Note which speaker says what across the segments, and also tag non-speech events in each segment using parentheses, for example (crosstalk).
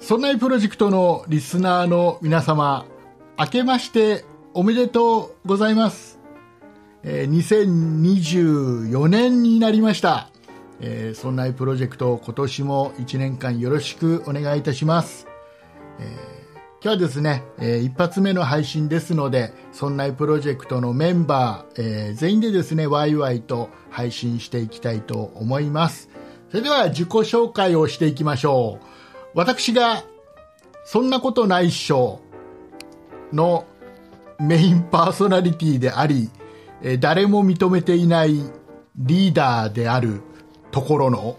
Speaker 1: そんないプロジェクトのリスナーの皆様、明けましておめでとうございます。えー2024年になりました。えー、そんないプロジェクト、今年も1年間よろしくお願いいたします。えー今日はですね、えー一発目の配信ですので、そんないプロジェクトのメンバー、えー全員でですね、ワイワイと配信していきたいと思います。それでは自己紹介をしていきましょう。私が、そんなことないっしょのメインパーソナリティであり、えー誰も認めていないリーダーであるところの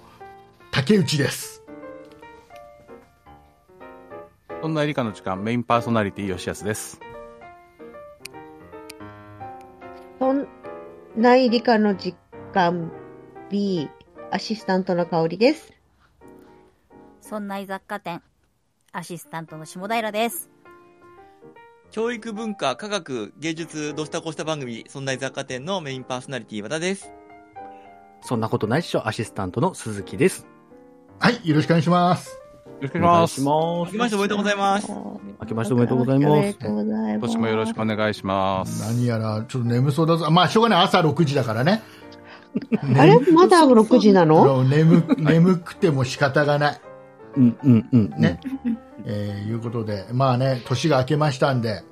Speaker 1: 竹内です。
Speaker 2: そんな理科の時間、メインパーソナリティ、吉安です。
Speaker 3: そんない理科の実感 B アシスタントの香りです。
Speaker 4: そんな雑貨店、アシスタントの下平です。
Speaker 5: 教育文化、科学、芸術、どうしたこうした番組、そんな雑貨店のメインパーソナリティ和田です。
Speaker 6: そんなことないっしょ、アシスタントの鈴木です。
Speaker 1: はい、よろしくお願いします。
Speaker 2: よろしく
Speaker 6: お
Speaker 2: お願いします。
Speaker 6: 願
Speaker 5: 明けまし
Speaker 6: いし
Speaker 5: ておめでとうござ
Speaker 1: (laughs)
Speaker 5: います。
Speaker 6: 明けましておめでとうございます
Speaker 3: おめでとうござい
Speaker 2: 今
Speaker 3: ます。
Speaker 2: 年もよろしくお願いします。
Speaker 1: 何やら、ちょっと眠そうだぞ。あまあ、しょうがない。朝6時だからね。
Speaker 3: あれまだ6時なの
Speaker 1: あの眠眠くても仕方がない。
Speaker 6: ます。うんうんうん。
Speaker 1: ね。えーいうことで、まあね、年が明けましたんで、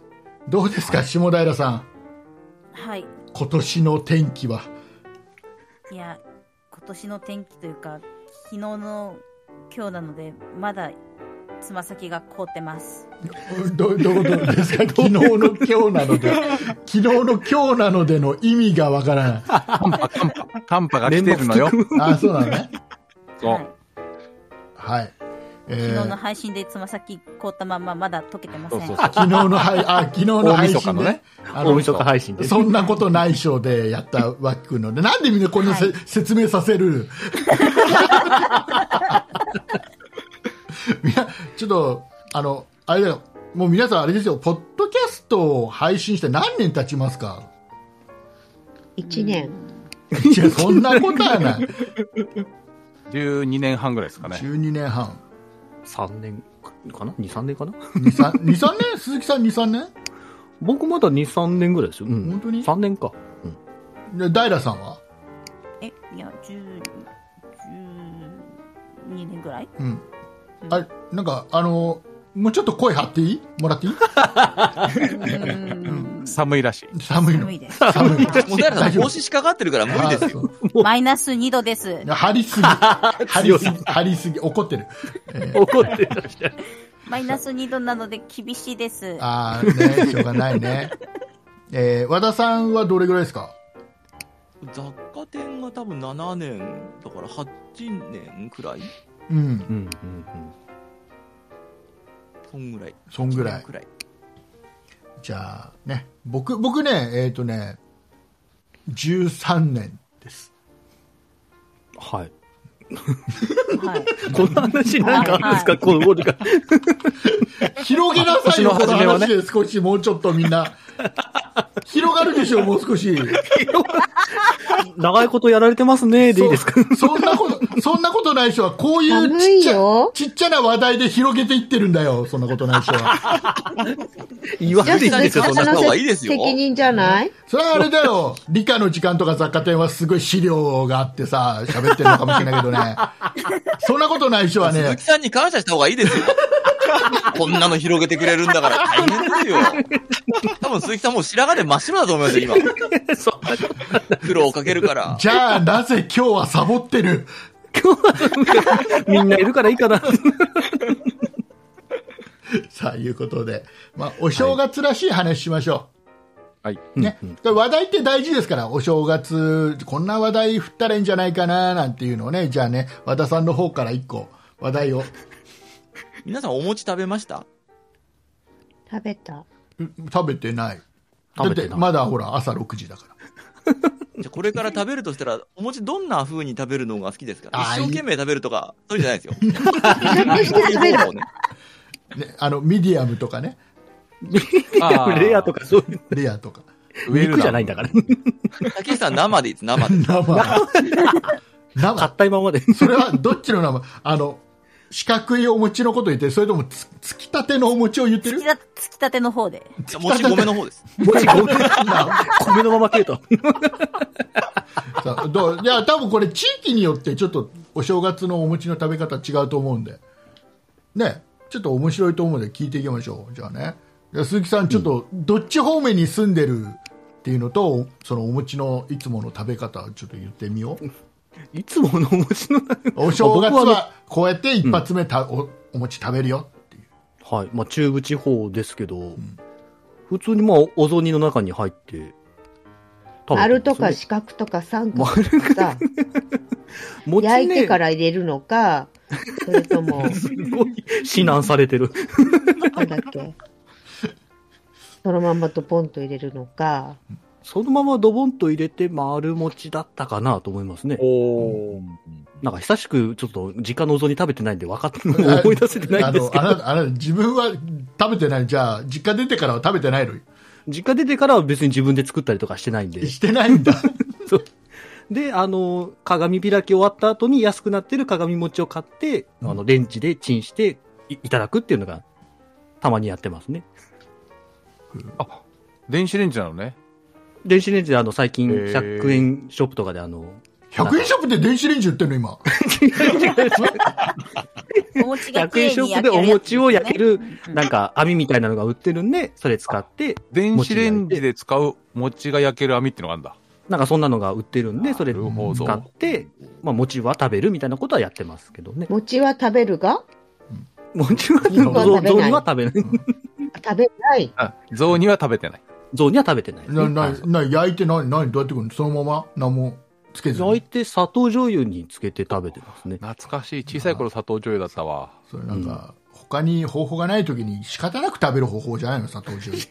Speaker 1: どうですか、下平さん。
Speaker 4: はい。
Speaker 1: 今年の天気は。
Speaker 4: いや、今年の天気というか、昨日の今日なので、まだつま先が凍ってます。
Speaker 1: ど (laughs) どういうことですか昨日の今日なので、昨日の今日なのでの意味がわからない。
Speaker 2: 寒波が来てるのよ。
Speaker 1: あ、そうなのね。
Speaker 2: そ。
Speaker 4: はいう
Speaker 1: はい。え
Speaker 4: 昨日の
Speaker 1: ー、
Speaker 4: 配信でつま先凍ったまんままだ溶けてませ
Speaker 2: そ
Speaker 4: ん。
Speaker 2: うそう
Speaker 4: は
Speaker 2: そう。
Speaker 1: 昨日の配、あ、昨日の配
Speaker 2: 大晦日
Speaker 1: 信
Speaker 2: の
Speaker 1: で、
Speaker 2: ね
Speaker 1: ね、あ
Speaker 6: 大
Speaker 1: の、
Speaker 6: 晦日配信です。
Speaker 1: そんなことないショーでやったわきくんので、なんでみんなこんなせ、
Speaker 4: はい
Speaker 1: 説明させる (laughs) みんな、ちょっと、あの、あれだよ、もう皆さんあれですよ、ポッドキャストを配信して何年経ちますか
Speaker 3: ?1 年。
Speaker 1: いや、そんなことはない。
Speaker 2: 12年半ぐらいですかね。
Speaker 1: 12年半。
Speaker 6: 3年かな ?2、3年かな
Speaker 1: 2、3 2 3年鈴木さん2、3年
Speaker 6: 僕まだ2、3年ぐらいですよ。うん。
Speaker 1: 本当に
Speaker 6: ?3 年か。
Speaker 1: でダイラさんは
Speaker 4: え、いや、10、12年
Speaker 2: (laughs)
Speaker 4: ぐらい
Speaker 1: うん。あれ、なんか、あの、もうちょっと声張っていいもらっていい
Speaker 4: うん
Speaker 2: 寒いらしい。
Speaker 1: 寒いの
Speaker 4: 寒。いです。
Speaker 1: 寒いの。
Speaker 5: もう誰さ
Speaker 1: 大
Speaker 5: ん、
Speaker 1: 丈夫
Speaker 5: 帽子しかかってるから無理ですよ。
Speaker 1: よ。
Speaker 4: マイナス2度です。
Speaker 1: 張りすぎ。張りすぎ。張りすぎ。怒ってる。
Speaker 6: 怒ってらっしゃる。
Speaker 4: マイナス2度なので厳しいです。
Speaker 1: ああ、ね、しょうがないね。えー和田さんはどれぐらいですか
Speaker 5: 雑貨店が多分7年、だから8年くらい
Speaker 1: うん
Speaker 6: う。んうんうん。
Speaker 5: そんぐらい。
Speaker 1: そんぐらい
Speaker 5: く。らい。
Speaker 1: じゃあ、ね。僕、僕ね、えっ、とね、13年です。
Speaker 6: はい。
Speaker 2: (laughs)
Speaker 4: はい。
Speaker 6: この話なんかあるんですか、
Speaker 4: はい
Speaker 6: このゴールが。
Speaker 1: 広げなさいよ、
Speaker 2: あ
Speaker 1: この
Speaker 2: 星の始めは
Speaker 1: 話
Speaker 2: ね
Speaker 1: で少し、もうちょっとみんな。広がるでしょ、もう少し。
Speaker 6: 長いことやられてますね。でいいですか
Speaker 1: そそんなこと、そんなことない人は、こういう
Speaker 3: 寒
Speaker 1: ちっ
Speaker 3: い
Speaker 1: ちゃ、
Speaker 3: よ。
Speaker 1: ちっちゃな話題で広げていってるんだよ、そんなことない人は。
Speaker 6: 言わんでいいんですよ、そん
Speaker 5: いやそんな
Speaker 6: なの。
Speaker 5: 方がいいですよ
Speaker 3: 責任じゃない
Speaker 1: それはあれだよ、理科の時間とか雑貨店はすごい資料があってさ、喋ってるのかもしれないけどね。そんなことない人は
Speaker 5: 鈴
Speaker 1: ね
Speaker 5: 木、さんに感謝した方がいいですよ。 (laughs) こんなの広げてくれるんだから大変ですよ。多分鈴木さんもう白髪で真っ白だと思いますよ、今。
Speaker 6: そんなこと
Speaker 5: 苦労をかけるから。
Speaker 1: じゃあなぜ今日はサボってる (laughs)
Speaker 6: みんないるからいいかな。
Speaker 1: さあ、いうことで、まあ、お正月らしい話しましょう。
Speaker 2: はい。
Speaker 1: ね、話題って大事ですから、お正月、こんな話題振ったらいいんじゃないかななんていうのをね、じゃあね、和田さんの方から一個、話題を、
Speaker 5: 皆さんお餅食べました
Speaker 3: 食べた。
Speaker 1: 食べてない。
Speaker 6: 食べてない
Speaker 1: だってまだほら、朝6時だから。
Speaker 5: じゃあこれから食べるとしたら、お餅どんな風に食べるのが好きですか
Speaker 1: あー
Speaker 5: 一生懸命食べるとか、そういうんじゃないですよ。
Speaker 3: 隠して食べる。
Speaker 5: ね
Speaker 1: ね、あの、ミディアムとかね、
Speaker 2: あー
Speaker 6: レアとかそういう。
Speaker 1: レアとか。
Speaker 6: 肉じゃないんだから。
Speaker 5: 竹内さん生でいいです、生で。
Speaker 1: (laughs) 生。
Speaker 6: 買
Speaker 1: 生
Speaker 6: っ。たいままで。
Speaker 1: それは、どっちの生あの、四角いお餅のこと言ってるそれともつ、つきたてのお餅を言って
Speaker 4: 突
Speaker 1: る
Speaker 4: きた突きたての方で。
Speaker 5: やもち米の方です。
Speaker 1: 餅ごめん (laughs) な
Speaker 6: 米のまま食えと。
Speaker 1: さあどういや、多分これ地域によってちょっとお正月のお餅の食べ方違うと思うんで。ね。ちょっと面白いと思うので聞いていきましょう。じゃあね。じゃあ鈴木さん、ちょっとどっち方面に住んでるっていうのと、そのお餅のいつもの食べ方をちょっと言ってみよう。
Speaker 6: いつものお餅の。
Speaker 1: お正月
Speaker 6: 僕は
Speaker 1: はこうやって一発目た、おお餅食べるよっていう。
Speaker 6: はい。まあ、中部地方ですけど、普通にまあ、お雑煮の中に入って、食べてますね
Speaker 3: 丸とか四角とか三角とかさ、
Speaker 6: 餅ね
Speaker 3: 焼いてから入れるのか、それとも、
Speaker 6: すごい、指南されて
Speaker 3: (laughs)
Speaker 6: る。
Speaker 3: なんだっけ、そのまんまとポンと入れるのか、
Speaker 6: そのままドボンと入れて丸餅だったかなと思いますね。
Speaker 7: おー。
Speaker 6: なんか久しくちょっと実家のお雑煮食べてないんで
Speaker 1: (laughs)
Speaker 6: 分かっ思い出せてないんですけ
Speaker 1: あのあな
Speaker 6: ど、
Speaker 1: た、あなた、自分は食べてない。じゃあ、実家出てからは食べてないの
Speaker 6: 実家出てからは別に自分で作ったりとかして (laughs) ないんで。
Speaker 1: してないんだ。
Speaker 6: で、あの、鏡開き終わった後に安くなってる鏡餅を買って、あの、レンジでチンしていいただくっていうのが、たまにやってますね。
Speaker 2: 電子レンジなのね。
Speaker 6: 電子レンジであの、最近
Speaker 2: へー
Speaker 6: 100円ショップとかであの、
Speaker 1: 100円ショップで電子レンジ売ってるの、今。
Speaker 4: お餅が
Speaker 6: 100
Speaker 4: 綺
Speaker 6: 円
Speaker 4: 麗
Speaker 6: ショ
Speaker 4: に
Speaker 6: ップ
Speaker 4: 焼
Speaker 6: で
Speaker 4: ける
Speaker 6: お
Speaker 4: やつ
Speaker 6: 餅を焼ける、
Speaker 4: うん
Speaker 6: なんか網みたいなのが売ってるんで、それ使って、
Speaker 2: 電子レンジで使う餅が焼ける網ってのがあるんだ。
Speaker 6: なんかそんなのが売ってるんで、それ
Speaker 2: なるほど
Speaker 6: 使って、まあ、餅は食べるみたいなことはやってますけどね。
Speaker 3: 餅は食べるが
Speaker 6: 餅は、
Speaker 1: 肉
Speaker 3: は食べない
Speaker 6: 雑煮は食べない。
Speaker 3: 食べない。
Speaker 2: あ、雑煮は食べてない。
Speaker 6: 雑煮は食べてないですね、
Speaker 1: な、な
Speaker 6: はい、
Speaker 1: な、焼いて何、何、どうやってくるのそのまま何もつけず
Speaker 6: 焼
Speaker 1: に。
Speaker 6: いて砂糖醤油につけて食べてますね。
Speaker 2: 懐かしい。小さい頃砂糖醤油だったわ。
Speaker 1: それなんか、他に方法がない時に仕方なく食べる方法じゃないの砂糖醤
Speaker 6: (laughs)
Speaker 1: 油。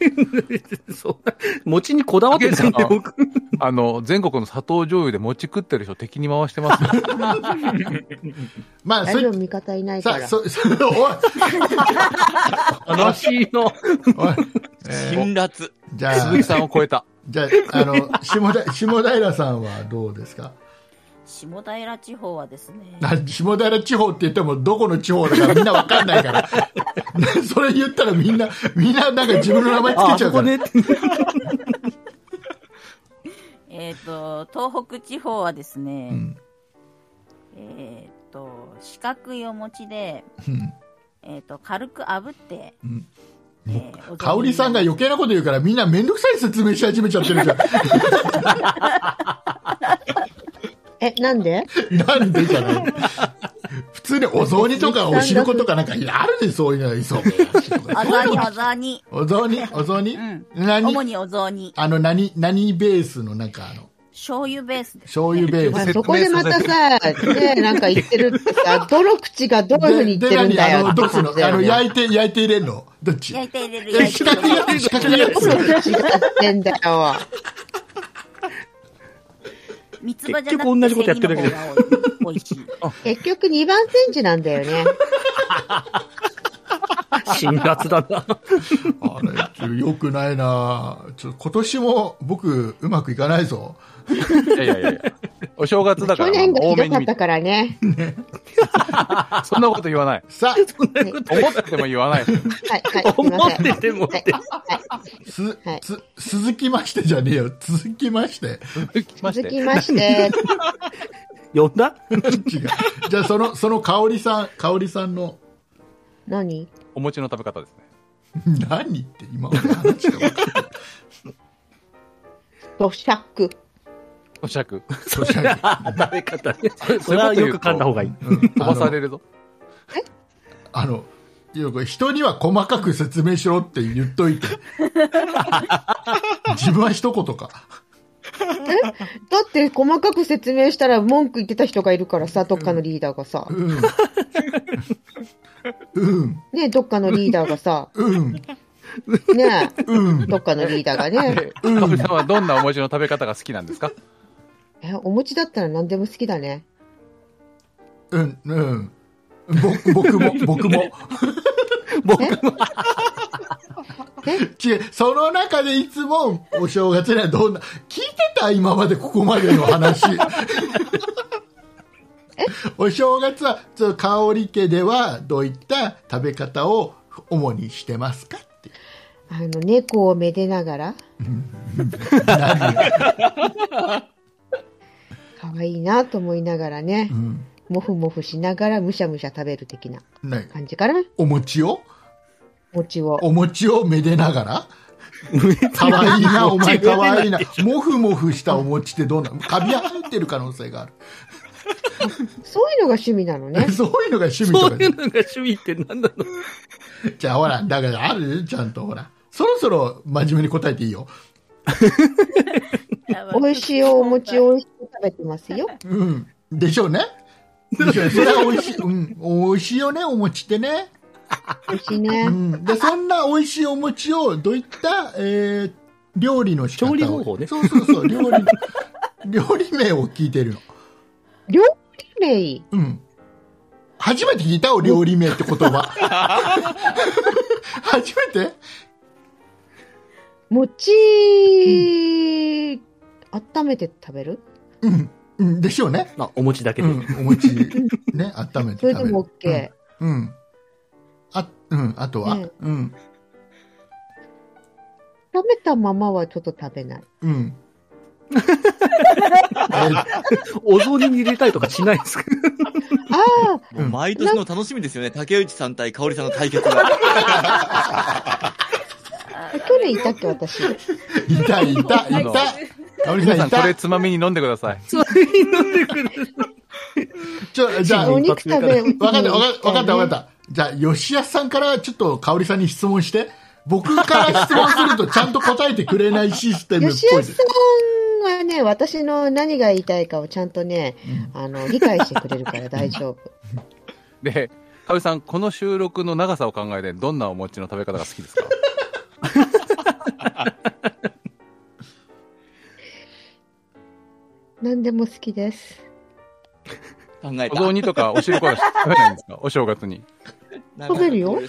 Speaker 6: そんな餅にこだわってないんで、
Speaker 2: あ
Speaker 6: 僕。
Speaker 2: あの、全国の砂糖醤油で餅食ってる人敵に回して (laughs) ますよ。
Speaker 1: まあ、そ
Speaker 3: 大丈
Speaker 1: れ、
Speaker 3: 夫、味方いないか
Speaker 1: さ
Speaker 3: ら。
Speaker 1: そ、そ、おい、
Speaker 6: 悲しいの。
Speaker 1: おい、えー
Speaker 5: 辛辣。
Speaker 1: じゃあ
Speaker 2: 鈴、木さんを超えた。
Speaker 1: じゃあ、あの、下田、下平さんはどうですか
Speaker 4: 下平地方はですね。
Speaker 1: な下平地方って言っても、どこの地方だかみんなわかんないから。 (laughs) それ言ったらみんな、みんななんか自分の名前つ
Speaker 6: あ、
Speaker 1: けちゃ
Speaker 6: そ
Speaker 1: か
Speaker 6: うこ
Speaker 1: ら。
Speaker 6: ね。
Speaker 4: えっ、と、東北地方はですね、
Speaker 1: うん
Speaker 4: えっ、と、四角いお餅で、
Speaker 1: うん
Speaker 4: えっ、と、軽く炙って、
Speaker 1: ん
Speaker 4: えーお雑煮に
Speaker 1: 香織さんが余計なこと言うからみんなめんどくさい説明し始めちゃってるじゃん。 (laughs)
Speaker 3: え、なんで (laughs)
Speaker 1: なんでじゃない。普通にお雑煮とかお汁粉とかなんかあるでそういうの磯部焼きと
Speaker 4: お
Speaker 1: か
Speaker 4: 雑煮、お雑煮。
Speaker 1: お雑煮、お雑煮、
Speaker 4: うん主
Speaker 1: 何
Speaker 4: にお雑煮。
Speaker 1: あの、何、何ベースのなんかあの、
Speaker 4: 醤油ベースで。
Speaker 1: 醤油ベ
Speaker 3: まあ
Speaker 1: ース。
Speaker 3: そこでまたさ、ね、なんか言ってるって (laughs) さ、どの口がどういうふうに言ってるんだ
Speaker 1: あ
Speaker 3: よ
Speaker 1: の、
Speaker 3: って
Speaker 1: どっち
Speaker 3: 感
Speaker 1: の
Speaker 3: じだ
Speaker 1: あ
Speaker 3: よ
Speaker 1: の、
Speaker 3: ね。
Speaker 1: 焼いて、焼いて入れんのどっち
Speaker 4: 焼いて入れる、
Speaker 1: え
Speaker 4: 焼いて
Speaker 1: 四
Speaker 4: 入
Speaker 1: 角
Speaker 4: れ
Speaker 1: い
Speaker 4: る。
Speaker 1: やつ、四角いや
Speaker 3: どこの口が言ってんだよ。
Speaker 4: 三つ葉じゃ
Speaker 6: 結
Speaker 4: な
Speaker 6: 局
Speaker 4: く
Speaker 6: 同
Speaker 4: て
Speaker 6: じことやってる
Speaker 4: セ
Speaker 6: け
Speaker 4: ミ
Speaker 6: ど
Speaker 4: の方が多い。美味し
Speaker 6: (laughs)
Speaker 4: い。
Speaker 3: 結局二番煎じなんだよね。
Speaker 6: 辛辣だな。 (laughs)
Speaker 1: つ。あれ、よくないなちょっと今年も僕、うまくいかないぞ。
Speaker 2: いやいやいやいやお正月だか
Speaker 3: 去
Speaker 2: ら、
Speaker 3: 年が
Speaker 2: 多め
Speaker 3: ひど
Speaker 2: に
Speaker 3: か
Speaker 2: 見
Speaker 3: ってた。からね。
Speaker 2: そんなこと言 (laughs) わない。
Speaker 3: (laughs)
Speaker 1: さ
Speaker 2: 思ってても言わない。
Speaker 3: はい、はい、すい
Speaker 6: 思
Speaker 3: ま
Speaker 6: っ
Speaker 3: せん。
Speaker 6: ててもって。
Speaker 1: あ、す
Speaker 3: はい、
Speaker 1: す、続きましてじゃねえよ。続きまして。
Speaker 2: まし
Speaker 3: 続
Speaker 2: て。
Speaker 3: きまして、
Speaker 6: 呼んだ
Speaker 1: 違う。じゃあ、その、その香織さん、香織さんの、
Speaker 3: 何
Speaker 2: お餅の食べ方ですね。
Speaker 1: 何って今まで話したことない
Speaker 3: 咀嚼。
Speaker 2: おしゃく。
Speaker 1: 咀嚼
Speaker 6: 食べ方ね。 (laughs) それはよく噛んだ方 (laughs) がいい。
Speaker 1: うん
Speaker 2: (laughs) 飛ばさ
Speaker 1: あの
Speaker 2: れるぞ。
Speaker 1: あの、いやこれ人には細かく説明しろって言っと
Speaker 3: (laughs)
Speaker 1: いて。自分は一言か。
Speaker 3: だって細かく説明したら文句言ってた人がいるからさ、どっかのリーダーがさ。
Speaker 1: うん。うん、
Speaker 3: ねどっかのリーダーがさ。
Speaker 1: うん、
Speaker 3: ね
Speaker 1: うん。
Speaker 3: どっかのリーダーがね。
Speaker 2: で、かぶさんはどんなお餅の食べ方が好きなん (laughs) ですか
Speaker 3: え、お餅だったら何でも好きだね。
Speaker 1: うん、うん。ぼ僕 (laughs) も、僕も。
Speaker 3: え
Speaker 1: 違う、その中でいつもお正月にはどんな、聞いてた今までここまでの話。お正月は、ちょっと香り家ではどういった食べ方を主にしてますかっていう
Speaker 3: あの、猫をめでながら。かわいいなと思いながらね、
Speaker 1: うん。
Speaker 3: もふもふしながらむしゃむしゃ食べる的な
Speaker 1: ね、
Speaker 3: 感じかな、
Speaker 1: お餅を
Speaker 3: 餅を。
Speaker 1: お餅をめでながらかわいいな、お前かわいいな。もふもふしたお餅ってどうなのカビが入ってる可能性がある。。
Speaker 3: そういうのが趣味なのね
Speaker 1: そういうのが趣味と
Speaker 6: そ
Speaker 1: か
Speaker 6: ういう
Speaker 1: で。
Speaker 6: のが趣味って何な (laughs) の
Speaker 1: じゃあほら、だからあるちゃんとほら。そろそろ真面目に答えていいよ。
Speaker 3: 美味しいお餅を美味しく食べてますよ。
Speaker 1: うん。でしょうね。でしょうねそれは美味しい、うん。美味しいよね、お餅ってね。
Speaker 3: 美味しいうね。
Speaker 1: ん。で、そんな美味しいお餅を、どういった、えー、料理の仕方を
Speaker 6: 調理方法ね
Speaker 1: そうそうそう、料理 (laughs) の、料理名を聞いてるの。
Speaker 3: 料理
Speaker 1: うん。初めて聞いたよ、料理名って言葉。 (laughs) 初めて
Speaker 3: 名、餅、温めて食べる
Speaker 1: うんうん。でしょうね。
Speaker 6: あお餅だけ
Speaker 1: う
Speaker 6: で。
Speaker 1: ん。お餅、ね、温めて食
Speaker 3: そ
Speaker 1: べる。
Speaker 3: れでも OK。
Speaker 1: うん。うん。あ、うん。あとは、
Speaker 3: ね
Speaker 1: うん。
Speaker 3: 冷めたままはちょっと食べない。
Speaker 2: (laughs)
Speaker 1: うん。
Speaker 6: お雑煮に入れたりとかしないんですか
Speaker 3: ああ、
Speaker 5: もう毎年の楽しみですよね。竹内さん対香織さんの対決が。
Speaker 3: 去年いたっけ、私。
Speaker 1: いた、いた、いた。かおり
Speaker 2: 皆
Speaker 1: さん、い
Speaker 2: さん、こ
Speaker 1: た
Speaker 2: れ。つまみに飲んでください。
Speaker 6: そういうのでくる。
Speaker 1: ちょ、じゃあ、
Speaker 3: お
Speaker 1: わ
Speaker 3: 肉食べ、
Speaker 1: かった、わかった、わかった、わ
Speaker 3: た。
Speaker 1: かった。じゃあ、吉安さんからちょっと香織さんに質問して。僕から質問するとちゃんと答えてくれないシステムっ
Speaker 3: 吉
Speaker 1: ぽい
Speaker 3: 安
Speaker 1: で
Speaker 3: さ
Speaker 1: す。
Speaker 3: んはね、私の何が言いたいかをちゃんとね、あの、理解してくれ
Speaker 1: (laughs)
Speaker 3: るから大丈夫。
Speaker 2: で、かおりさん、この収録の長さを考えて、どんなお餅の食べ方が好きですか
Speaker 3: 何でも好きです。
Speaker 5: 考え
Speaker 2: お
Speaker 5: た。
Speaker 2: 雑煮とかお汁粉は食べないんですかお正月に。
Speaker 3: 食べるよ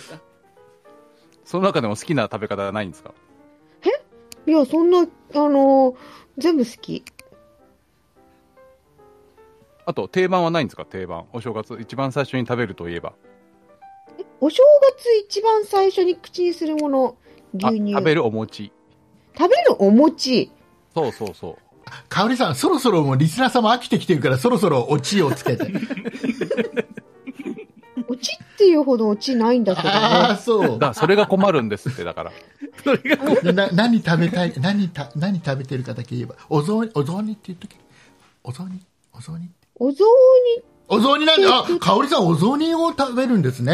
Speaker 2: その中でも好きな食べ方はないんですか
Speaker 3: いや、そんな、あの、全部好き。
Speaker 2: あと、定番はないんですか定番。お正月、一番最初に食べるといえば。
Speaker 3: お正月一番最初に口にするもの、
Speaker 2: あ
Speaker 3: 牛乳。
Speaker 2: 食べるお餅。
Speaker 3: 食べるお餅。
Speaker 2: そうそうそう。
Speaker 1: かおりさん、そろそろもうリスナー様飽きてきてるから、そろそろオチをつけて。
Speaker 3: おちっていうほどおちないんだけど
Speaker 1: ああ、
Speaker 3: ね。
Speaker 1: そう
Speaker 2: だ。から、それが困るんですって、だから。
Speaker 6: それがもう、
Speaker 1: な何食べたい何た何食べてるかだけ言えばお雑煮お雑煮って言っとけお雑煮お雑煮
Speaker 3: お雑
Speaker 1: お雑煮なんだあ香織さんお雑煮を食べるんです
Speaker 3: (laughs)
Speaker 1: ね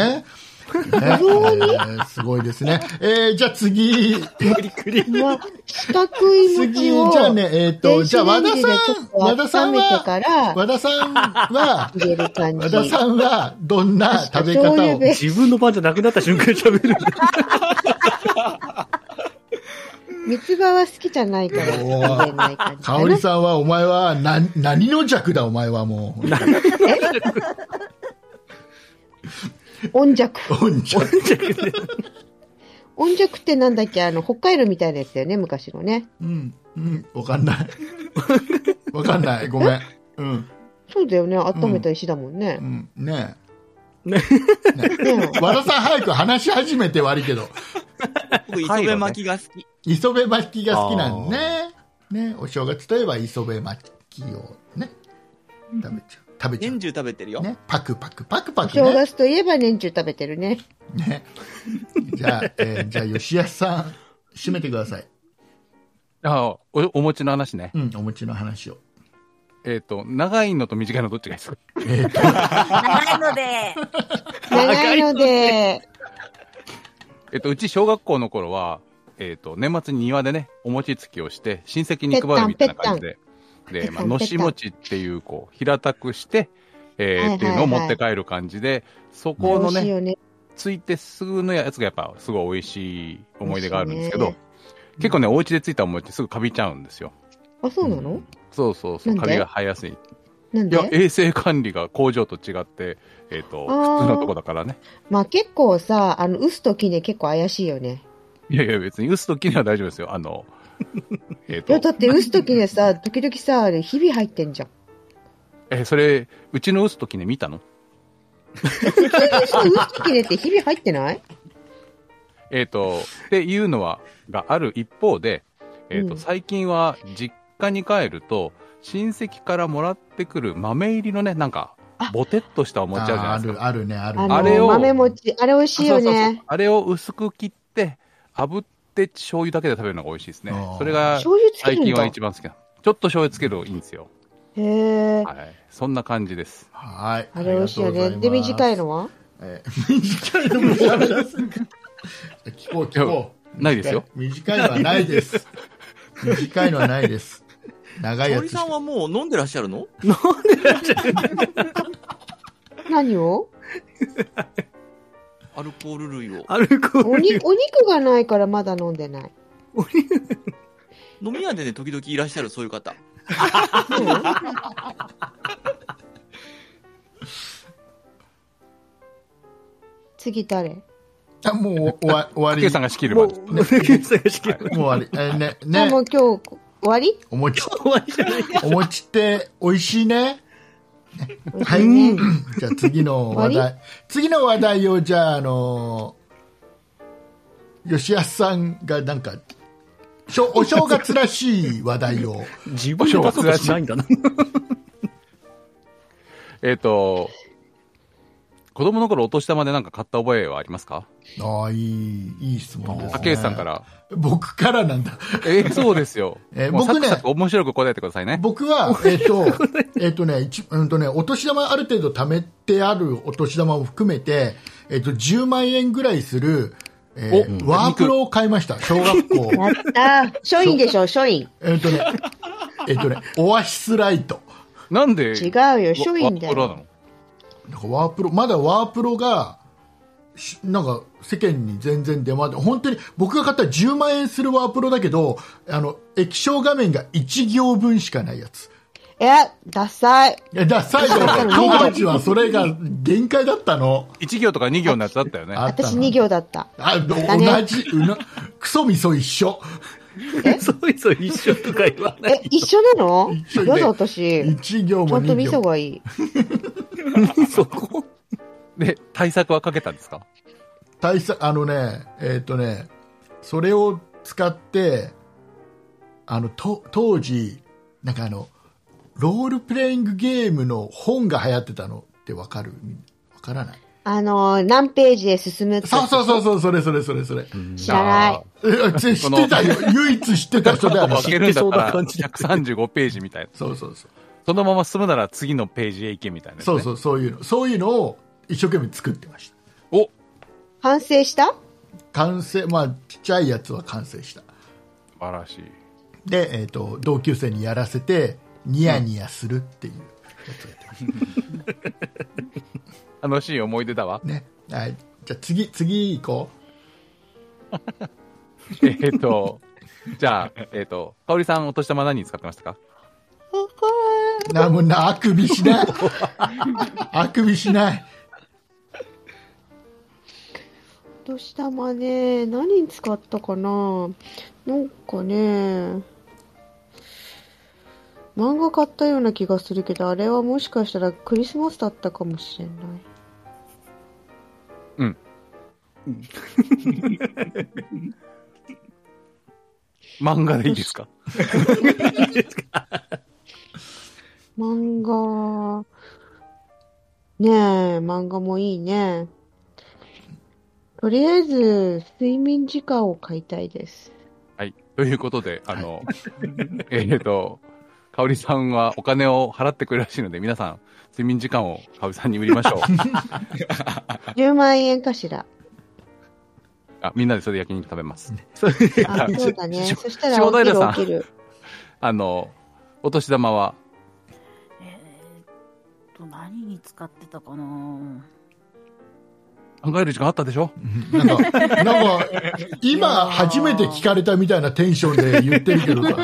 Speaker 1: ね、えーすごいですね。えー、じゃあ次、
Speaker 3: 煮は四角い
Speaker 1: 次、
Speaker 3: 餅
Speaker 1: (laughs) じ
Speaker 3: を。
Speaker 1: ゃあね、えっ、と、
Speaker 3: 電
Speaker 1: じゃあ
Speaker 3: 子
Speaker 1: 和
Speaker 3: レン
Speaker 1: 田
Speaker 3: ジで
Speaker 1: さ
Speaker 3: ちょっ
Speaker 1: ん、和田さん
Speaker 3: と温めて
Speaker 1: は、
Speaker 3: から
Speaker 1: 和田さんは、
Speaker 3: 入れる感
Speaker 1: 和
Speaker 3: (laughs) じ。
Speaker 1: 田さんは、どんな食べ
Speaker 3: 醤
Speaker 1: 方
Speaker 3: 油
Speaker 1: を、
Speaker 3: で
Speaker 6: 自分の番じゃなくなった瞬間に喋る (laughs) んだ。
Speaker 3: 三つ葉は好きじゃないから入れない感
Speaker 1: 香
Speaker 3: じかな
Speaker 1: 織。さんは、お前は、な、何の弱だ、お前はもう。
Speaker 3: 音弱。
Speaker 1: 本弱
Speaker 3: 音弱ってなんだっけあの、北海道みたいなやつだよね、昔のね。
Speaker 1: うん、うん、わかんない。わかんない、ごめん。うん、
Speaker 3: そうだよね、温めた石だもんね
Speaker 1: う。ん、ね
Speaker 3: (laughs) ね
Speaker 1: え。和田さん早く話し始めて悪いけど、
Speaker 5: 僕、磯辺巻きが好き。
Speaker 1: 磯辺巻きが好きなんね。ねお正月といえば磯辺巻きをね、食べちゃう。食べちゃ
Speaker 5: 年中食べてる
Speaker 1: う。
Speaker 5: よ。
Speaker 1: ね、パクパクパクパ
Speaker 3: お
Speaker 1: ク
Speaker 3: 正
Speaker 1: ね。
Speaker 3: 月といえば年中食べて
Speaker 2: (laughs)
Speaker 3: るね。
Speaker 1: ねじゃあ、えーじゃあ、吉安さん、締めてください。
Speaker 2: ああ、お、お餅の話ね。
Speaker 1: うん、お餅の話を。
Speaker 2: えっ、と、長いのと短いのどっちがいいです
Speaker 3: (laughs)
Speaker 2: か
Speaker 1: えーと、
Speaker 4: (laughs) 長いので、
Speaker 3: 長いので、
Speaker 2: えっ、と、うち小学校の頃は、えっ、と、年末に庭でね、お餅つきをして、親戚に配るみたいな感じで、
Speaker 3: ぺったんぺっ
Speaker 2: で、まあ、
Speaker 3: たんぺったん
Speaker 2: のし餅っていう、こう、平たくして、えー
Speaker 3: はいはいはい
Speaker 2: っていうのを持って帰る感じで、そこ
Speaker 3: 美
Speaker 2: の
Speaker 3: 味しい
Speaker 2: ね、
Speaker 3: よね。
Speaker 2: ついてすぐのやつがやっぱ、すごい美味しい思い出があるんですけ
Speaker 3: 美
Speaker 2: ど
Speaker 3: 味、
Speaker 2: 結構ね、お家でついたお餅すぐカビちゃうんですよ。
Speaker 3: あ、そうなの、
Speaker 2: そうそうそう、
Speaker 3: なんで
Speaker 2: カビが生えやすい。
Speaker 3: なん
Speaker 2: いや、
Speaker 3: で
Speaker 2: 衛生管理が工場と違って、えっ、と、
Speaker 3: あー
Speaker 2: 普通のとこだからね。
Speaker 3: まあ結構さ、あの、薄ときね、結構怪しいよね。
Speaker 2: いやいや、別に薄ときには大丈夫ですよ。あの、えっ
Speaker 3: い
Speaker 2: と
Speaker 3: や、(laughs) だ、って薄ときねさ、時々さ、日々入ってんじゃん。
Speaker 2: え、それ、うちの打つときね、見たの
Speaker 3: 普通の人、ウッキレって日々入ってない
Speaker 2: えっ、と、っていうのは、がある一方で、えっ、と、
Speaker 3: うん
Speaker 2: 最近は実家に帰ると、親戚からもらってくる豆入りのね、なんか、ぼてっとしたお餅あるじゃない
Speaker 1: あ
Speaker 2: ですか。
Speaker 1: る、あるね、ある
Speaker 3: あ
Speaker 1: ね。
Speaker 3: の、
Speaker 2: あれを
Speaker 3: 豆餅、あれ美味しいよ
Speaker 2: そうそうそ
Speaker 3: ね
Speaker 2: う。あれを薄く切って、炙って醤油だけで食べるのが美味しいですね
Speaker 1: あー。
Speaker 2: それが、
Speaker 3: 醤油つけ
Speaker 2: 最
Speaker 3: るん
Speaker 2: 近は
Speaker 3: だ。
Speaker 2: 一番好きな。ちょっと醤油つけるといいんですよ。
Speaker 3: へえ。
Speaker 2: はい。そんな感じです。
Speaker 1: はい。
Speaker 3: あれ美味しいよ
Speaker 1: あ
Speaker 3: ね。
Speaker 1: りがと
Speaker 3: で、
Speaker 1: うござます
Speaker 3: 短いのは
Speaker 1: えー短いのも喋らせる聞こう、聞こう。
Speaker 2: ないですよ。
Speaker 1: 短いのはないです。短いのはないです。長い
Speaker 5: 沙
Speaker 1: や
Speaker 5: 織
Speaker 1: つし
Speaker 2: (laughs)
Speaker 5: さん
Speaker 1: か。
Speaker 5: はもう飲んでらっしゃるの
Speaker 3: 何を
Speaker 5: アルコール類を。
Speaker 6: アルコー
Speaker 3: お
Speaker 1: (laughs)
Speaker 6: ル
Speaker 3: に、お肉がないからまだ飲んでない。
Speaker 5: 飲み屋でね、時々いらっしゃる、そういう方。
Speaker 3: 次誰
Speaker 1: あもう終わ終わり。
Speaker 2: 竹内さんが仕切るまで。
Speaker 6: もう、竹内さんが仕切る。
Speaker 1: もう終わり。えー
Speaker 3: (laughs)
Speaker 1: ね、
Speaker 3: あ、も
Speaker 1: ね
Speaker 3: う、今日終わり
Speaker 1: お餅、
Speaker 6: 終わりじゃない。
Speaker 1: お餅って美味しいね。は
Speaker 3: う
Speaker 1: い。 (laughs)
Speaker 3: ん
Speaker 1: じゃあ次の話
Speaker 3: 終わ
Speaker 1: 題。次の話題を、じゃあ、あのー吉安さんがなんか、しょお正月らしい話題
Speaker 3: (laughs)
Speaker 1: を。
Speaker 6: 自分で出そうとしないんだな。
Speaker 2: えっ、と、子供の頃お年玉でなんか買った覚えはありますか
Speaker 1: ああ、いい、いい質問です、ね。
Speaker 2: 竹内さんか。ら。
Speaker 1: 僕からなんだ。
Speaker 2: えーそうですよ。
Speaker 1: (laughs) えー
Speaker 2: もう
Speaker 1: 僕ね
Speaker 2: サクサク面白く答えてくださいね。
Speaker 1: 僕は、えっ、と、えっ、とね、一うんとね、お年玉ある程度貯めてあるお年玉を含めて、えっ、と、10万円ぐらいする、えー
Speaker 2: お
Speaker 1: ワープロを買いました、小学校。
Speaker 3: (laughs) やったー。書院でしょ、書院。
Speaker 1: えっとね、えっ、とね、オアシスライト。
Speaker 2: なんで、
Speaker 3: 違うよ、書院
Speaker 2: ワワ
Speaker 3: だよ。
Speaker 2: ープロなの
Speaker 1: なんかワープロ、まだワープロが、しなんか世間に全然出回って、本当に僕が買った10万円するワープロだけど、あの、液晶画面が1行分しかないやつ。
Speaker 3: え、ダサい。
Speaker 1: いや、だ最後、当時はそれが限界だったの。
Speaker 2: 1行とか2行のやつだったよね。
Speaker 1: あった
Speaker 3: 私
Speaker 1: の
Speaker 3: 2行だった。
Speaker 1: あ、ど
Speaker 3: だね
Speaker 1: 同じ、うな、クソみそ一緒。
Speaker 6: (laughs) そういそう一緒とか言わない
Speaker 3: え。、一緒なの
Speaker 1: 一緒
Speaker 3: や
Speaker 1: で
Speaker 3: だ、私。ち
Speaker 1: 一行
Speaker 3: ゃ
Speaker 1: も
Speaker 3: んと
Speaker 1: 二
Speaker 3: 味噌
Speaker 1: 行。
Speaker 3: がいい。
Speaker 6: そこ。
Speaker 2: で、対策はかけたんですか
Speaker 1: 対策、あのね、えっ、とね、それを使って、あの、と、当時、なんかあの、ロールプレイングゲームの本が流行ってたのってわかるわからない
Speaker 3: あのー、何ページへ進むって
Speaker 1: そうそうそうそう、それそれそれそれ。
Speaker 3: 知らない。
Speaker 1: え知ってたよ。唯一知ってた人だよね (laughs)
Speaker 2: 分。けるんだ
Speaker 6: そう
Speaker 2: っ
Speaker 6: な
Speaker 2: たら
Speaker 6: 感じ
Speaker 2: 135ページみたいな。
Speaker 1: そうそうそう。
Speaker 2: そのまま進むなら次のページへ行けみたいな、ね。
Speaker 1: そうそう、そういうの。そういうのを一生懸命作ってました。
Speaker 2: お
Speaker 3: 反省した
Speaker 1: 完成、まあ、ちっちゃいやつは完成した。
Speaker 2: 素晴らしい。
Speaker 1: で、えっ、と、同級生にやらせて、ニヤニヤするっていう。
Speaker 2: 楽しい思い出だわ。
Speaker 1: ね。はい。じゃあ次、次行こ
Speaker 2: えっ、と、じゃあ、えっ、と、かおりさんお年玉何に使ってましたか
Speaker 1: う。な、もうな、あくびしない。あくびしない。
Speaker 3: どうしたまね、何に使ったかななんかね、漫画買ったような気がするけど、あれはもしかしたらクリスマスだったかもしれない。
Speaker 2: 漫画でいいですか
Speaker 3: 漫画、ねえ、漫画もいいね。とりあえず、睡眠時間を買いたいです。
Speaker 2: はい。ということで、あの、えっと、かおりさんはお金を払ってくれるらしいので、皆さん、睡眠時間をかおりさんに売りまし (laughs) ょう。
Speaker 3: 10万円かしら。
Speaker 2: あみんなでそれで焼肉食べます。
Speaker 3: あ、そうだね。
Speaker 2: し
Speaker 3: そしたら起きる起きる。
Speaker 2: あの、お年玉は、
Speaker 4: えーっと、何に使ってたかな
Speaker 2: 考える時間あったでしょ
Speaker 1: なんか、なんか、今初めて聞かれたみたいなテンションで言ってるけどさ。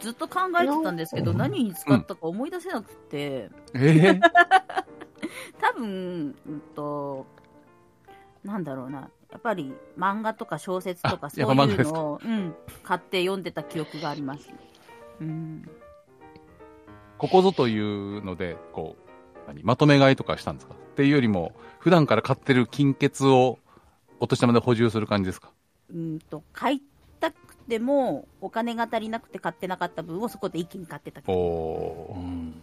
Speaker 4: ずっと考えてたんですけど、何に使ったか思い出せなくて、
Speaker 2: ええ
Speaker 4: 多分、うんと、なんだろうな。やっぱり漫画とか小説とか
Speaker 2: あ
Speaker 4: そ
Speaker 2: やっ
Speaker 4: う
Speaker 2: ぱ
Speaker 4: い
Speaker 2: 漫画
Speaker 4: う
Speaker 2: ですか
Speaker 4: のを、うん、買って読んでた記憶があります。うん。
Speaker 2: ここぞというので、こう、何まとめ買いとかしたんですかっていうよりも、普段から買ってる金欠をお年玉で補充する感じですか
Speaker 4: うんと、買いたくても、お金が足りなくて買ってなかった分をそこで一気に買ってたけ
Speaker 2: お
Speaker 4: ど。
Speaker 2: お
Speaker 6: う
Speaker 2: ー、
Speaker 6: ん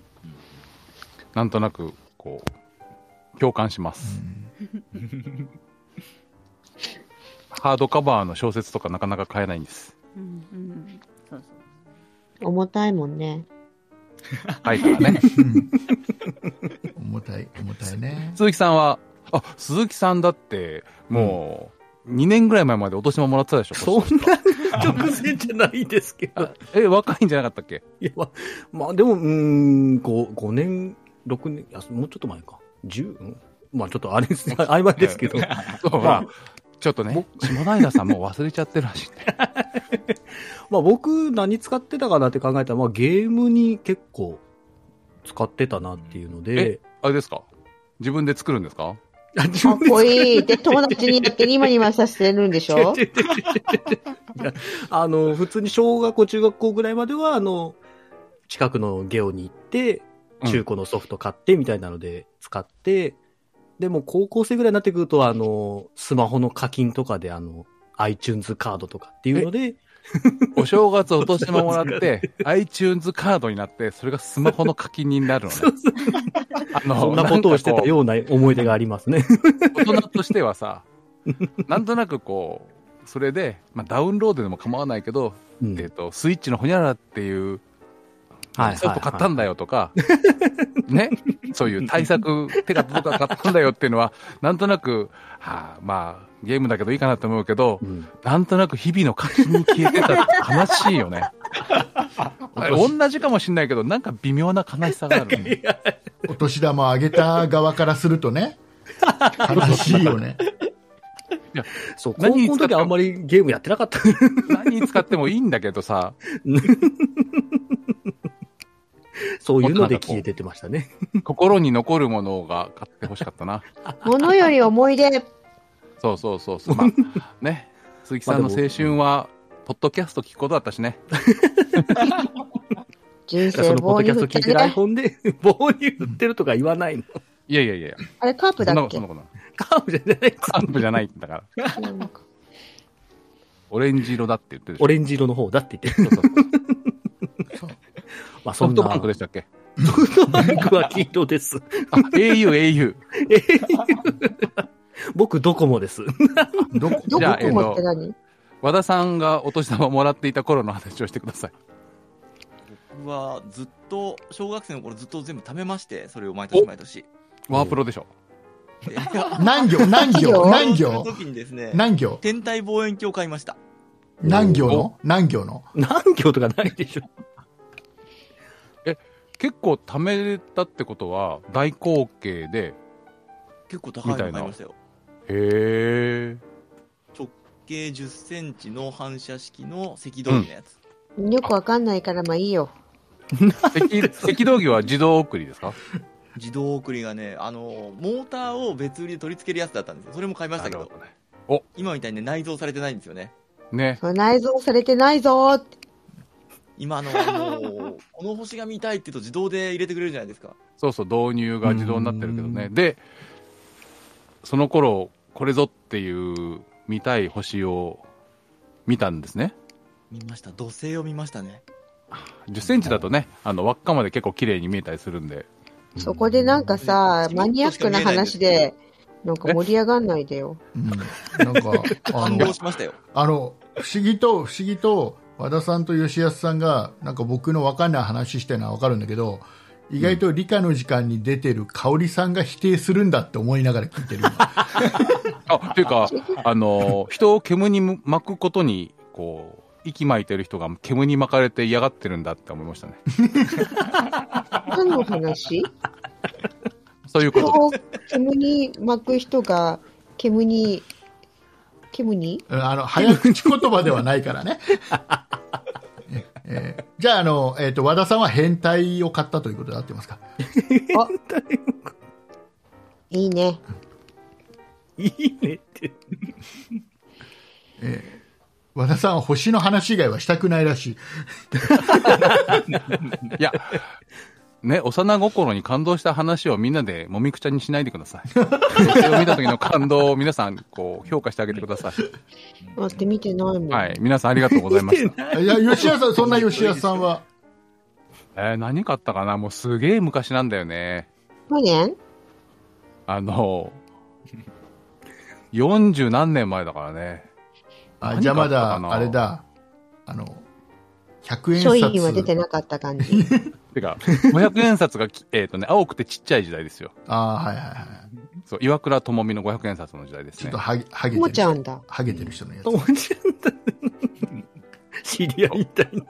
Speaker 2: なんとなく、こう、共感します。ハードカバーの小説とかなかなか買えないんです。
Speaker 4: うん、うん。そうそう。
Speaker 3: 重たいもんね。
Speaker 2: はいからね。
Speaker 1: 重たい、重たいね。
Speaker 2: (laughs) 鈴木さんは、あ、鈴木さんだって、もう、2年ぐらい前までお年玉もらってたでしょ
Speaker 6: そん
Speaker 2: 年玉
Speaker 6: な直前じゃないですけど
Speaker 2: あ。え、若いんじゃなかったっけ
Speaker 6: いや、まあまあでも、うーん、5, 5年、6年、いや、もうちょっと前か。10? うんまあちょっとあれですね。曖昧ですけど。
Speaker 2: そう、ほらちょっとね、下平さんもう忘れちゃってるらしいね。
Speaker 6: まあ僕何使ってたかなって考えたら、まあゲームに結構使ってたなっていうので、
Speaker 2: (laughs) あれですか自分で作るんですか
Speaker 6: あ自
Speaker 3: かっ
Speaker 6: 分で
Speaker 3: こいい。で、友達にやってニマニマさせてるんでし
Speaker 6: (laughs) 違う
Speaker 3: ょ
Speaker 6: 違う違う違う違ういやあの、普通に小学校、中学校ぐらいまでは、あの、近くのゲオに行って、
Speaker 2: うん
Speaker 6: 中古のソフト買ってみたいなので使って、でも高校生ぐらいになってくると、あの、スマホの課金とかで、あの、iTunes カードとかっていうので、
Speaker 2: お正月お年玉もら (laughs) って、iTunes カードになって、それがスマホの課金になるのね。あの
Speaker 6: そんなことをしてたような思い出がありますね。
Speaker 2: なんかこう大人としてはさ、なんとなくこう、それで、まあ、ダウンロードでも構わないけど、
Speaker 6: うん
Speaker 2: えっと、スイッチのほにゃららっていう、
Speaker 6: はいはい
Speaker 2: ソフト買ったんだよとか、ね、そういう対策、手が届かなかったんだよっていうのは、なんとなく、はあ、まあ、ゲームだけどいいかなと思うけど、
Speaker 6: うん
Speaker 2: なんとなく日々の課金に消えてたって悲しいよ
Speaker 6: (laughs)
Speaker 2: ね。あれ同じかもしれないけど、なんか微妙な悲しさがある。
Speaker 6: (laughs) いや
Speaker 1: お年玉あげた側からするとね、悲しいよね。
Speaker 6: そう、高校
Speaker 2: 何に
Speaker 6: の
Speaker 2: 使った
Speaker 6: 時はあんまりゲームやってなかった。
Speaker 2: 何に使ってもいいんだけどさ、
Speaker 6: そういうので消えてってましたね。
Speaker 2: 心に残るものが買ってほしかったな。
Speaker 3: 物より思い出。
Speaker 2: そうそうそうそう。まあ、ね。鈴木さんの
Speaker 6: まあでも
Speaker 2: 青春は、ポッドキャスト聞くことだったしね。
Speaker 3: 人
Speaker 6: そ
Speaker 3: 生
Speaker 6: のポッ
Speaker 3: 棒
Speaker 6: ドキ
Speaker 3: に
Speaker 6: ャ
Speaker 3: 振
Speaker 6: スト
Speaker 3: っ
Speaker 6: 聞
Speaker 3: て
Speaker 6: いてる
Speaker 3: ね。
Speaker 6: iPhone で、 (laughs) 棒に振ってるとか言わないの。
Speaker 2: いやいやいやいや。
Speaker 3: あれカープ
Speaker 2: そんな
Speaker 3: だ
Speaker 2: こ
Speaker 3: っ
Speaker 2: と、そ
Speaker 3: け
Speaker 2: んなことない。
Speaker 6: カーブじゃないです
Speaker 2: カープじゃないんだから。
Speaker 3: 違うのか
Speaker 2: オレンジ色だって言ってるでしょ。
Speaker 6: オレンジ色の方だって (laughs) 言って
Speaker 2: そうそうそう
Speaker 6: まあ
Speaker 2: ソ
Speaker 6: そん
Speaker 2: フ
Speaker 6: な。
Speaker 2: トバンクでしたっけ
Speaker 6: ソフトバンクは黄色です。
Speaker 2: あ、au, au。
Speaker 6: 僕、ドコモです。
Speaker 1: どこ
Speaker 3: ど
Speaker 2: じゃあ
Speaker 3: こもって何
Speaker 2: 和田さんがお年玉もらっていた頃の話をしてください。
Speaker 5: 僕はずっと、小学生の頃ずっと全部貯めまして、それを毎年毎年。
Speaker 2: ワープロでしょ。
Speaker 5: であ
Speaker 1: 何行何行何
Speaker 5: の
Speaker 1: 行
Speaker 5: 時にですね、
Speaker 1: 何行
Speaker 5: 天体望遠鏡を買いました。
Speaker 1: 何行の何行の
Speaker 6: 何行とかないでしょ。
Speaker 2: 結構貯めたってことは、大口径で、
Speaker 5: 結構高いの買いましたよ。
Speaker 2: へえ。
Speaker 5: 計10センチの反射式の赤道儀のやつ。
Speaker 3: よくわかんないからまあいいよ。
Speaker 2: 赤赤道儀は自動送りですか
Speaker 5: 自動送りがね、あの、モーターを別売りで取り付けるやつだったんですよ。それも買いましたけど、
Speaker 2: なるほ
Speaker 5: 今みたいにね、内蔵されてないんですよね。
Speaker 2: どね。ね。
Speaker 3: それ内蔵されてないぞーって。
Speaker 5: 今あ
Speaker 2: (laughs)
Speaker 5: の、もう、この星が見たいって言うと自動で入れてくれるじゃないですか。
Speaker 2: そうそう、導入が自動になってるけどね。
Speaker 6: う
Speaker 2: で、その頃、これぞっていう見たい星を見たんですね。
Speaker 5: 見ました。土星を見ましたね。
Speaker 2: 10センチだとね、あの輪っかまで結構綺麗に見えたりするんで。
Speaker 3: そこでなんかさ、マニアックな話で、なんか盛り上がんないでよ。
Speaker 1: うんなんか、あ
Speaker 5: 感
Speaker 1: の
Speaker 5: 動、しましたよ。
Speaker 1: あの、不思議と、不思議と、和田さんと吉安さんが、なんか僕のわかんない話してるのはわかるんだけど、意外と理科の時間に出てる香織さんが否定するんだって思いながら聞いてる。
Speaker 2: あ、というか、あの、人を煙に巻くことに、こう、息巻いてる人が煙に巻かれて嫌がってるんだって思いましたね。
Speaker 3: 何の話
Speaker 2: そういうこ
Speaker 3: 人
Speaker 2: と
Speaker 3: を煙に巻く人が、煙に、煙に
Speaker 1: うんあの、早口言葉ではないからね。ええじゃあ、あの、えっ、と、和田さんは変態を買ったということで合ってますか
Speaker 3: いいね。
Speaker 6: いいねって。
Speaker 1: 和田さんは星の話以外はしたくないらしい。
Speaker 2: です。いや、ね、幼心に感動した話をみんなでもみくちゃにしないでください。それを見た時の感動を皆さん、こう、評価してあげてください。
Speaker 3: だって見てないもん。
Speaker 2: はい。皆さんありがとうございました。
Speaker 1: いや、吉谷さん、そんな吉谷さんは、
Speaker 2: (laughs) えー何買ったかなもうすげえ昔なんだよね。
Speaker 3: 去年
Speaker 2: あの、40何年前だからね。
Speaker 1: あ、
Speaker 2: 何
Speaker 1: じゃあま
Speaker 2: 買ったか
Speaker 1: だ、
Speaker 2: な
Speaker 1: あれだ、あの、100円
Speaker 3: 商品は出て
Speaker 1: 札。
Speaker 3: なかった感じ。
Speaker 2: てか、500円札がき、 (laughs) えっ、とね、青くてちっちゃい時代ですよ。
Speaker 1: あーはいはいはい。
Speaker 2: そう、岩倉智美の500円札の時代です
Speaker 1: ちょっ
Speaker 2: ね
Speaker 1: と。ハゲ、ハゲ
Speaker 3: もち
Speaker 1: て
Speaker 3: ゃ
Speaker 1: る。
Speaker 3: んだ。
Speaker 1: ハゲてる人のやつ。
Speaker 6: 友ちゃんだ。知り合いみたいな。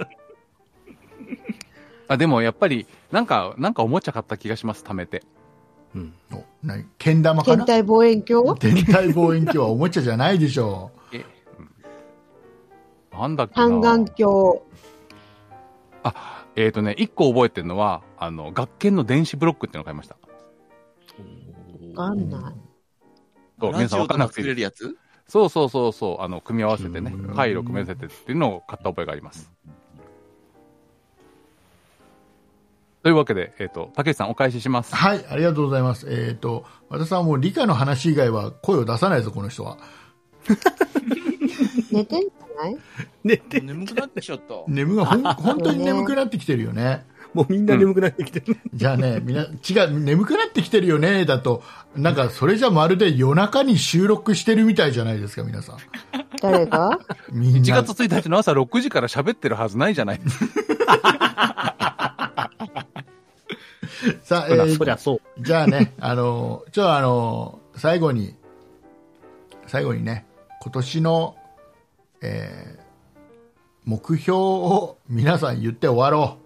Speaker 2: あ、でもやっぱり、なんか、なんかおもちゃ買った気がします、貯めて。
Speaker 6: うん。
Speaker 1: お何けん玉か
Speaker 3: 天
Speaker 1: な
Speaker 3: 体望遠鏡
Speaker 1: 天体望遠鏡はおもちゃじゃないでしょう。 (laughs)
Speaker 2: なんだっけな
Speaker 3: 単眼鏡。
Speaker 2: あ、えっ、とね、一個覚えてるのは、あの、学研の電子ブロックっていうのを買いました。
Speaker 3: わかんない。
Speaker 2: そう、皆さん分かんなくていいで
Speaker 5: 作れ
Speaker 2: す
Speaker 5: るやつ
Speaker 2: そうそうそうそう、あの、組み合わせてね
Speaker 1: うん、
Speaker 2: 回路組み合わせてっていうのを買った覚えがあります。というわけで、えっ、と、竹内さんお返しします。
Speaker 1: はい、ありがとうございます。えっ、と、和田さんはもう理科の話以外は声を出さないぞ、この人は。
Speaker 3: 寝てんじゃない
Speaker 6: ね、で、
Speaker 5: 眠くなってきちゃ
Speaker 2: (laughs)
Speaker 5: った。
Speaker 1: 眠がほん、本当に眠くなってきてるよね。
Speaker 6: もうみんな眠くなってきてる。
Speaker 1: じゃあね、みんな、違う、眠くなってきてるよね、だと、なんかそれじゃまるで夜中に収録してるみたいじゃないですか、皆さん。
Speaker 3: 誰が
Speaker 1: みんな。
Speaker 2: 1月1日の朝6時から喋ってるはずないじゃないですか。
Speaker 1: さあ、え
Speaker 6: そりゃ
Speaker 1: ー
Speaker 6: そりゃそう。
Speaker 1: じゃあね、あの、ちょっとあの、最後に、最後にね、今年の、えー目標を皆さん言って終わろ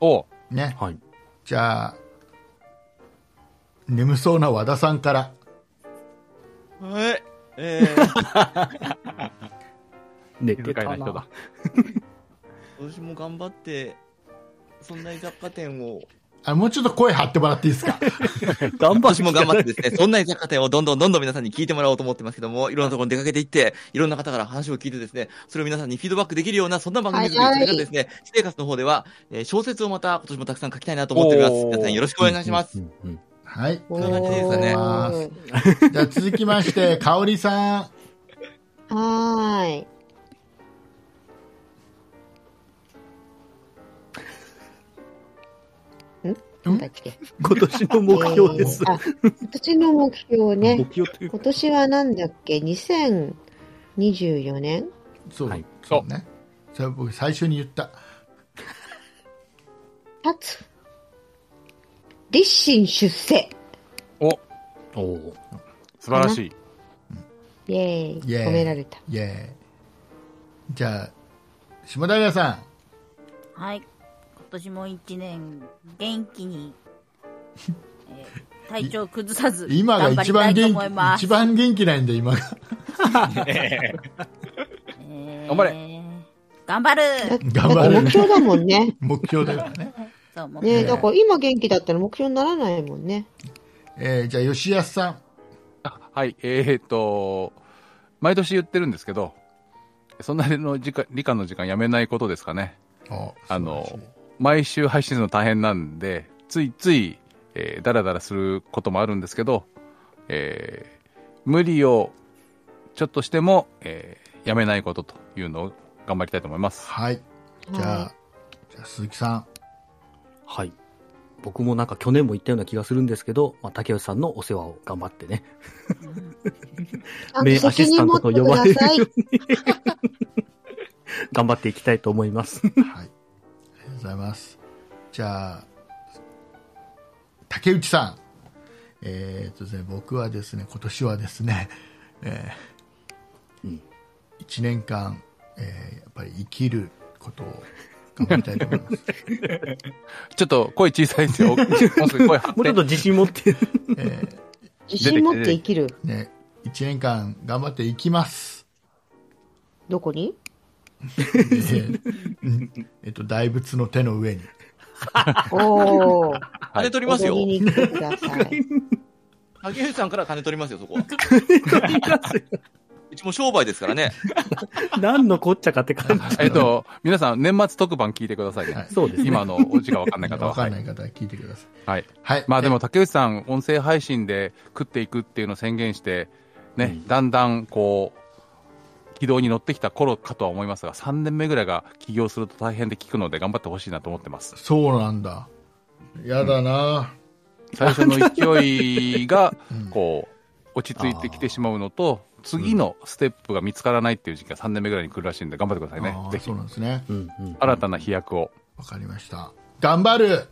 Speaker 2: おう
Speaker 1: う。ね。
Speaker 6: はい。
Speaker 1: じゃあ、眠そうな和田さんから。
Speaker 5: はい。えー、
Speaker 6: 寝
Speaker 2: 愉快
Speaker 6: てた
Speaker 2: な
Speaker 6: な
Speaker 2: 人だ。。
Speaker 5: 今年も頑張って、そんな居雑貨店を。
Speaker 1: あ、もうちょっと声張ってもらっていい
Speaker 6: (laughs)
Speaker 1: ですか
Speaker 6: 頑張
Speaker 5: 今年も
Speaker 6: って
Speaker 5: 頑張ってですね、そんな居雑貨店をどんどんどんどん皆さんに聞いてもらおうと思ってますけども、いろんなところに出かけていって、いろんな方から話を聞いてですね、それを皆さんにフィードバックできるような、そんな番組作り、
Speaker 3: はいはい
Speaker 5: それからですね、私生活の方では、えー小説をまた今年もたくさん書きたいなと思っております。
Speaker 2: おー
Speaker 5: 皆さんよろしくお願いします。
Speaker 6: うん。うん
Speaker 1: はい。
Speaker 3: お
Speaker 5: んな感じですかね
Speaker 3: ーい。
Speaker 1: じゃあ続きまして、かおりさん。
Speaker 3: はーい。
Speaker 1: ん
Speaker 3: なんだっけ
Speaker 6: 今年の目標です
Speaker 3: え。ーあ今年の目標ね。
Speaker 6: 目標というか
Speaker 3: 今年はなんだっけ ?2024 年
Speaker 1: そう、
Speaker 6: はい
Speaker 1: そうね。それ僕最初に言った。
Speaker 3: 立つ。立身出世。
Speaker 2: お
Speaker 6: おー
Speaker 2: 素晴らしい。
Speaker 3: イェーイ。
Speaker 1: イェーイ
Speaker 3: 褒められた。
Speaker 1: イェーイ。じゃあ、下平さん。
Speaker 4: はい。今年も一年、元気に、
Speaker 2: (laughs)
Speaker 4: えー体調崩さず、
Speaker 1: 今が一番
Speaker 4: 頑張りたいと
Speaker 1: 元
Speaker 4: 思いま
Speaker 1: 気、
Speaker 4: す
Speaker 1: 一番元気ないんで、今が。
Speaker 4: えー
Speaker 2: 頑張
Speaker 4: 頑張る
Speaker 3: だって
Speaker 1: 頑張れ
Speaker 3: 目標だもんね。
Speaker 1: (laughs) 目標だからね。
Speaker 4: そう、もう
Speaker 3: ねえ、だから今元気だったら目標にならないもんね。
Speaker 1: えー、じゃあ、吉安さん。
Speaker 2: あはい、えっ、と、毎年言ってるんですけど、そんなにの時間、理科の時間やめないことですかね。
Speaker 1: お
Speaker 2: あの、毎週配信するの大変なんで、ついつい、えー、だらだらすることもあるんですけど、えー無理をちょっとしても、えーやめないことというのを頑張りたいと思います。
Speaker 1: はい。じゃ
Speaker 3: は
Speaker 1: あ、じゃあ鈴木さん。
Speaker 6: はい。僕もなんか去年も言ったような気がするんですけど、まあ、竹内さんのお世話を頑張ってね。
Speaker 3: い。あ
Speaker 6: 名ア
Speaker 3: 責
Speaker 6: シス
Speaker 3: 任
Speaker 6: タン
Speaker 3: 持
Speaker 6: ト
Speaker 3: って
Speaker 6: と
Speaker 3: く
Speaker 6: 呼ば
Speaker 3: だ
Speaker 6: れる
Speaker 3: さい
Speaker 6: よ。うに頑張っていきたいと思います。
Speaker 1: はい。ありがとうございます。じゃあ、竹内さん。えー、っとですね、僕はですね、今年はですね、 (laughs) えー
Speaker 6: うん
Speaker 1: 1年間、えーやっぱり生きることを頑張りたいと思います。
Speaker 2: ちょっと声小さいんですよ。もうすぐ声張
Speaker 6: もうちょ
Speaker 2: っ。
Speaker 6: ってと自信持って。
Speaker 3: 自信持って生きる。
Speaker 1: ね、1年間頑張っていきます。
Speaker 3: どこに
Speaker 1: え
Speaker 2: (laughs)
Speaker 1: ーうんえっと、大仏の手の上に。
Speaker 3: おー。
Speaker 5: 金取りますよ
Speaker 3: 踊。りに来てください。
Speaker 5: 竹内さんから金取りますよ、そこは。うちも商売ですからね。
Speaker 6: 何のこっちゃかって感じ。
Speaker 2: えっと、皆さん、年末特番聞いてくださいね。
Speaker 1: はい
Speaker 6: そうですね。
Speaker 2: 今のお時間わかんない方
Speaker 1: (laughs)
Speaker 2: は。
Speaker 1: わかんな
Speaker 2: はい
Speaker 1: 方は聞いてください。
Speaker 2: い。はい。
Speaker 1: はい。
Speaker 2: (laughs) まあでも、竹内さん、音声配信で食っていくっていうのを宣言して、ね、
Speaker 6: うん
Speaker 2: だんだん、こう、軌道に乗ってきた頃かとは思いますが、3年目ぐらいが起業すると大変で聞くので頑張ってほしいなと思ってます
Speaker 1: え。。そうなんだ。やだな、
Speaker 2: 最初の勢いが、
Speaker 1: (laughs) うん
Speaker 2: こう、落ち着いてきてしまうのと、次のステップが見つからないっていう時期が3年目ぐらいに来るらしいんで、頑張ってくださいね
Speaker 1: あ。ー
Speaker 2: ぜひ
Speaker 1: そう、なんですね。
Speaker 6: うんうん
Speaker 2: 新たな飛躍を。
Speaker 1: わかりました。頑張る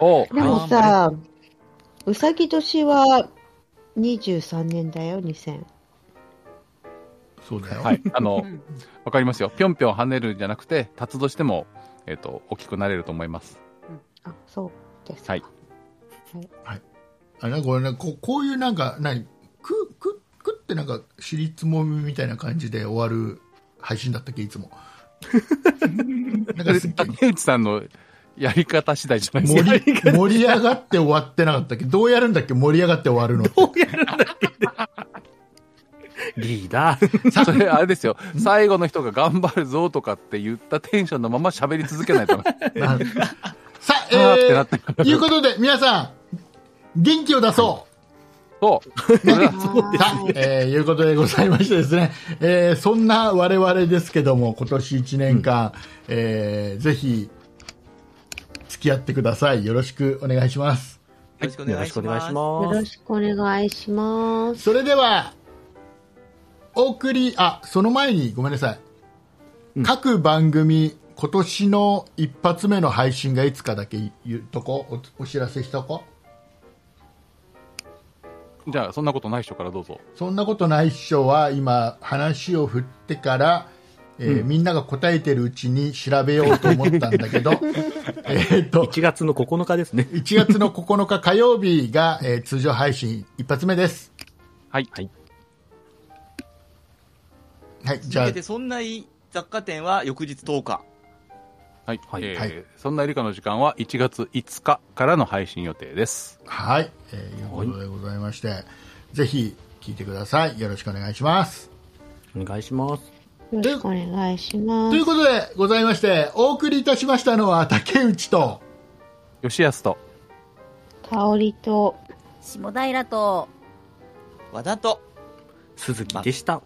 Speaker 2: お
Speaker 3: でも
Speaker 2: はい
Speaker 3: さ、うさぎ年は23年だよ、2000。
Speaker 1: そうだよ。
Speaker 2: はい、あの、わかりますよ。ぴょんぴょん跳ねるんじゃなくて、立つとしても、えっ、と、大きくなれると思います。
Speaker 3: あ、そうですか。
Speaker 2: はい
Speaker 1: あれなこれね、こうこういうなんか、何く、く、くってなんか、尻つもみみたいな感じで終わる配信だったっけ、いつ
Speaker 2: (laughs)
Speaker 1: も。なんかすっげえ
Speaker 2: 竹内さんのやり方次第じゃないですか。
Speaker 1: 盛り盛り上がって終わってなかったっけどうやるんだっけ盛り上がって終わるのって
Speaker 6: どうやるんだっけねリーダ
Speaker 2: (laughs)
Speaker 6: ー。
Speaker 2: それ、あれですよ。最後の人が頑張るぞとかって言ったテンションのまま喋り続けないと。
Speaker 1: な (laughs) さあ、え
Speaker 2: あーってなっ
Speaker 1: ー
Speaker 2: てくる
Speaker 1: いうことで、皆さん、元気を出そう、
Speaker 2: そう。それは
Speaker 3: そう
Speaker 1: さあ、えーいうことでございましてですね、えーそんな我々ですけども、今年1年間、えーぜひ、付き合ってください。よろしくお願いします。
Speaker 5: よろしくお
Speaker 6: よ
Speaker 5: 願
Speaker 6: ろ
Speaker 5: い
Speaker 6: し
Speaker 5: し
Speaker 6: くお願いし
Speaker 5: ます。
Speaker 3: よ
Speaker 6: ま
Speaker 3: ろ
Speaker 6: す。
Speaker 3: しくお願いします。
Speaker 1: それでは、お送り、あ、その前にごめんなさい。
Speaker 6: うん
Speaker 1: 各番組、今年の一発目の配信がいつかだけ言うとこ、おお知らせしとこ。
Speaker 2: じゃあ、そんなことない人からどうぞ。
Speaker 1: そんなことないっしょは、今、話を振ってから、えーみんなが答えてるうちに調べようと思ったんだけ (laughs) ど、えっと、
Speaker 6: 1月の9日ですね。
Speaker 1: 1月の9日火曜日が、えー通常配信一発目です。
Speaker 2: はい。
Speaker 1: はい、じゃ
Speaker 5: 続
Speaker 1: あ
Speaker 5: け、て、そんな雑貨店は翌日10日。
Speaker 2: はい。
Speaker 6: はい
Speaker 2: えー
Speaker 1: はい
Speaker 2: そんな理科の時間は1月5日からの配信予定です。
Speaker 1: はい、えーいうことでございまして、ぜひ聞いてください。よろしくお願いします。
Speaker 6: お願いします。
Speaker 3: よろしくお願いしま
Speaker 1: という
Speaker 3: す。
Speaker 1: ことでございまして、お送りいたしましたのは竹内と、
Speaker 2: 吉安と、
Speaker 3: 香りと、
Speaker 4: 下平と
Speaker 5: 和田と、
Speaker 6: 鈴木でした。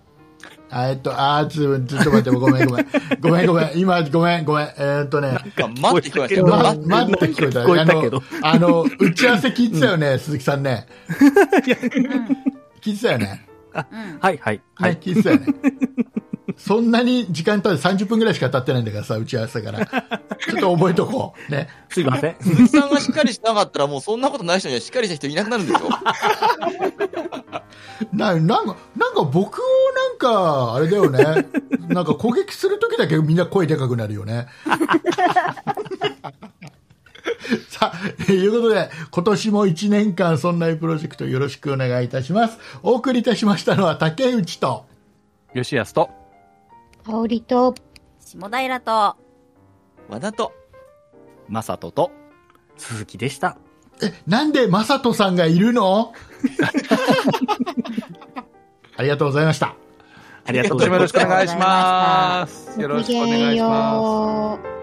Speaker 1: あえっと、あー、ちょちょっと待って、ごめんごめん。ごめんごめん。今、ごめんごめん。えーっとね、
Speaker 5: まあ待ってきましたよ。
Speaker 3: ごめん
Speaker 1: ま、
Speaker 5: 待って
Speaker 1: 待って聞こえた。
Speaker 6: 聞こえたけど
Speaker 1: あの、あの打ち合わせ聞いてたよね、鈴木さんね。聞いてたよね。
Speaker 4: うん
Speaker 6: はいはい。は
Speaker 1: ね
Speaker 6: い。、
Speaker 1: 聞いてたよね。そんなに時間経って30分ぐらいしか経ってないんだからさ、打ち合わせから。ちょっと覚えとこう。ね。
Speaker 6: すいません。
Speaker 5: 鈴木さんがしっかりしなかったら、もうそんなことない人にはしっかりした人いなくなるんですよ。
Speaker 1: な、なんか、なんか僕をなんか、あれだよね。なんか攻撃するときだけみんな声でかくなるよね。さあ、ということで、今年も1年間、そんなプロジェクトよろしくお願いいたします。お送りいたしましたのは竹内と、
Speaker 2: 吉安と、
Speaker 3: 香りと、
Speaker 4: 下平と
Speaker 5: 和田と、
Speaker 7: マサトと、
Speaker 6: 鈴木でした。
Speaker 1: え、なんでマサトさんがいるのありがとうございました。
Speaker 6: ありがとうご
Speaker 2: 今
Speaker 6: ざい
Speaker 2: 年もよろ
Speaker 6: ます
Speaker 2: しくお願いします。よ
Speaker 3: ご
Speaker 2: ろし
Speaker 3: き
Speaker 2: くお
Speaker 3: げ
Speaker 2: 願
Speaker 3: ん
Speaker 2: いします。
Speaker 3: よう。